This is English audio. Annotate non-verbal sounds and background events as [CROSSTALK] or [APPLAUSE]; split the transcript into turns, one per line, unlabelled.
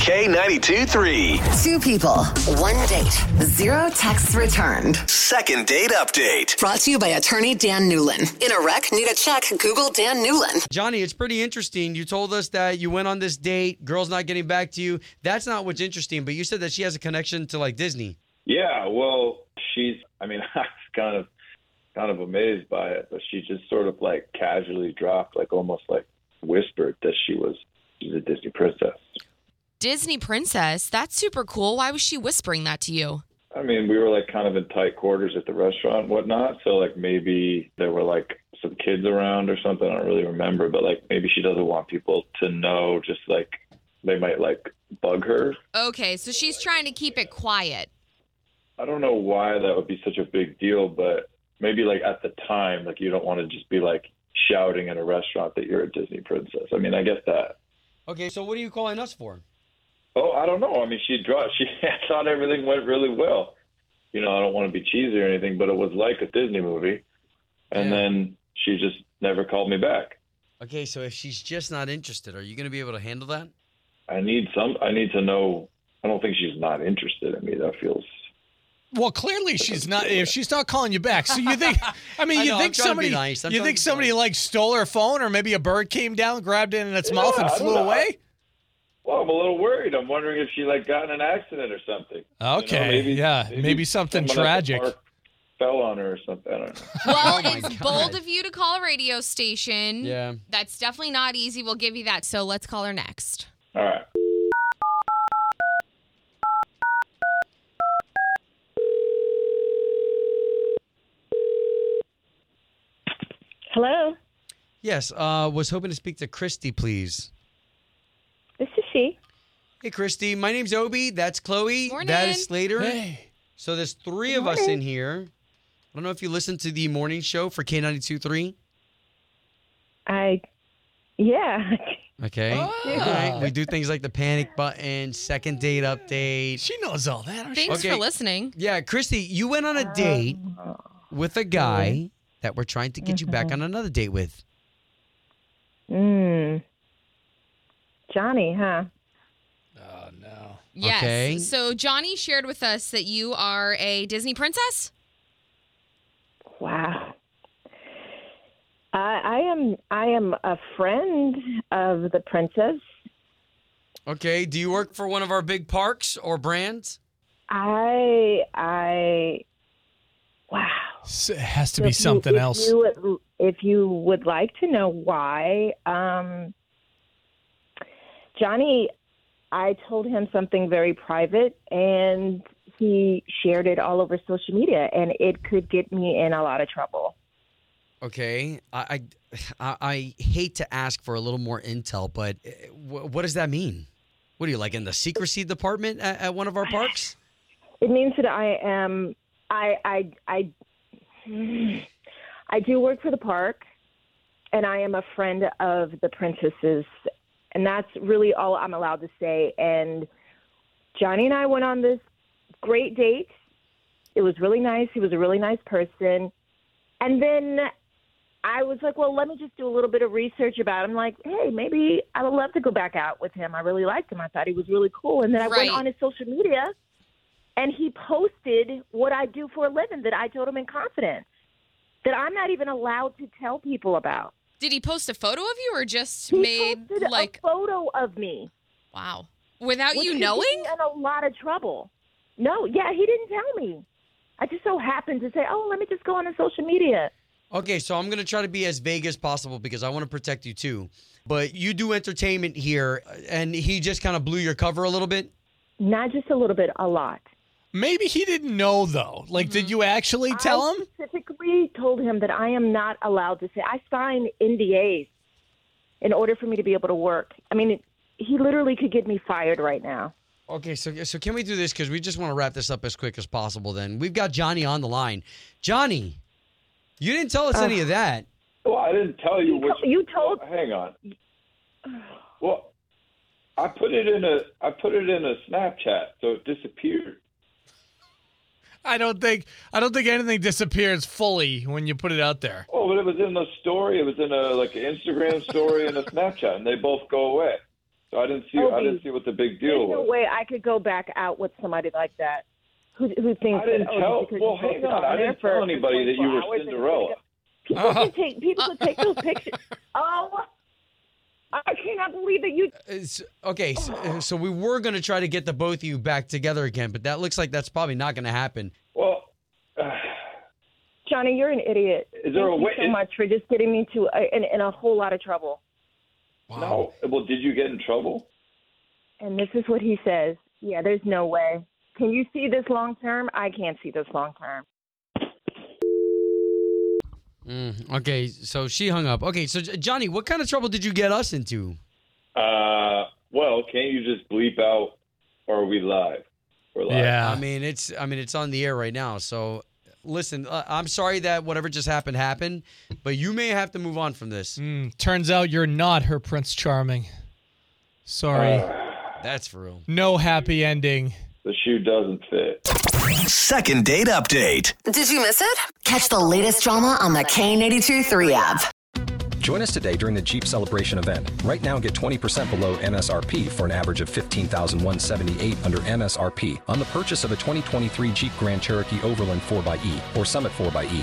K92 3.
Two people, one date, zero texts returned.
Second date update.
Brought to you by attorney Dan Newlin. In a wreck, need a check, Google Dan Newlin.
Johnny, it's pretty interesting. You told us that you went on this date, girl's not getting back to you. That's not what's interesting, but you said that she has a connection to like Disney.
Yeah, well, she's. I mean, [LAUGHS] I was kind of, kind of amazed by it, but she just sort of like casually dropped, like almost like whispered that she was she's a Disney princess.
Disney princess. That's super cool. Why was she whispering that to you?
I mean, we were like kind of in tight quarters at the restaurant and whatnot, so like maybe there were like some kids around or something. I don't really remember, but like maybe she doesn't want people to know. Just like they might like bug her.
Okay, so she's trying to keep
[LAUGHS]
it quiet.
I don't know why that would be such a big deal, but maybe like at the time, like you don't want to just be like shouting in a restaurant that you're a Disney princess. I mean, I get that.
Okay, so what are you calling us for?
Oh, I don't know. I mean, she dropped. [LAUGHS] She I thought everything went really well. You know, I don't want to be cheesy or anything, but it was like a Disney movie. And
Yeah.
then she just never called me back.
Okay, so if she's just not interested, are you going to be able to handle that?
I need some. I need to know. I don't think she's not interested in me. That feels.
Well, clearly she's not. If she's not calling you back, so
[LAUGHS]
you think? I mean,
I
you
know, I'm
think
trying to be
somebody?
nice. I'm
You
trying
think
to be
somebody
nice.
like stole her phone, or maybe a bird came down, grabbed it in its mouth,
Yeah,
and
I
flew
don't know.
away?
Well, I'm a little worried. I'm wondering if she like got in an accident or something. You know,
Okay, yeah, maybe something
someone at the
tragic.
park Fell on her or something. I don't know.
Well,
Oh my
it's
God.
bold of you to call a radio station.
Yeah.
That's definitely not easy. We'll give you that. So let's call her next.
All right.
Hello,
Yes, uh, was hoping to speak to Christy, please.
this is she.
Hey, Christy, my name's Obi. That's Chloe.
Morning.
That is Slater.
Hey,
So there's three of us in here. I don't know if you listen to the morning show for K92.3.
I, yeah, [LAUGHS]
Okay.
Oh.
All right, We do things like the panic button, second date update.
she knows all that. aren't she?
Thanks
Okay.
for listening.
Yeah, Christy, you went on a date with a guy that we're trying to get you back on another date with.
mm. Johnny, huh?
Oh no.
Yes.
Okay.
So Johnny shared with us that you are a Disney princess.
Wow. I, I am I am a friend of the princess.
Okay. Do you work for one of our big parks or brands?
I I, wow.
S- It has to be
If you-
something
if
else.
you would- if you would like to know why, um, Johnny, I told him something very private, and he shared it all over social media, and it could get me in a lot of trouble.
Okay. I [SIGHS] I, I hate to ask for a little more intel, but eh, wh- what does that mean? What are you like in the secrecy department at, at one of our parks?
It means that I am, I, I, I, [SIGHS] I do work for the park, and I am a friend of the princesses, and that's really all I'm allowed to say. And Johnny and I went on this great date. It was really nice. He was a really nice person, and then. I was like, well, let me just do a little bit of research about him. Like, hey, maybe I would love to go back out with him. I really liked him. I thought he was really cool. And then I
Right.
went on his social media, and he posted what I do for a living that I told him in confidence that I'm not even allowed to tell people about.
Did he post a photo of you or just
He
made
posted
like
a photo of me.
wow. Without
which
you
could get
knowing?
me in a lot of trouble. No, yeah, he didn't tell me. I just so happened to say, oh, let me just go on his social media.
Okay, so I'm going to try to be as vague as possible because I want to protect you too. But you do entertainment here, and he just kind of blew your cover a little bit.
Not just a little bit, a lot.
Maybe he didn't know though. Like, did you actually tell
I
him?
specifically told him that I am not allowed to say. I sign NDAs in order for me to be able to work. I mean, he literally could get me fired right now.
Okay, so so can we do this because we just want to wrap this up as quick as possible? Then we've got Johnny on the line. Johnny, you didn't tell us any of that.
Well, I didn't tell you which.
to- you told-
Well, hang on. Well, I put it in a I put it in a Snapchat, so it disappeared.
I don't think I don't think anything disappears fully when you put it out there.
Oh, but it was in a story. It was in a like an Instagram story and a Snapchat, and they both go away. So I didn't see. I didn't see what the big deal
Oh, There's no
was.
way I could go back out with somebody like that. Who, who thinks
I didn't
that, oh,
tell.
just because
Well,
you
hang
posted
on.
on
I
there
didn't
for
tell anybody that you
24
were
hours, it's
Cinderella.
People can take people can take those pictures. Oh, I cannot believe that you.
It's- okay, uh, so, so we were going to try to get the both of you back together again, but that looks like that's probably not going to happen.
Well, [SIGHS]
Johnny, you're an idiot.
Is there
Thank
a
you
way-
so
is-
much for just getting me to a, in, in a whole lot of trouble.
no. Well, did you get in trouble?
And this is what he says. Yeah, there's no way. Can you see this long term? I can't see this long term.
Mm, okay, so she hung up. Okay, so J- Johnny, what kind of trouble did you get us into?
Uh, well, can't you just bleep out? Or are we live? We're live.
I mean, it's I mean it's on the air right now. So listen, uh, I'm sorry that whatever just happened happened, but you may have to move on from this.
Mm, turns out you're not her Prince Charming. Sorry.
That's for real.
no happy ending.
The shoe doesn't fit.
Second date update.
Did you miss it? Catch the latest drama on the K82 3 app.
Join us today during the Jeep Celebration event. Right now, get 20% below MSRP for an average of 15178 under MSRP on the purchase of a 2023 Jeep Grand Cherokee Overland 4xE or Summit 4xE.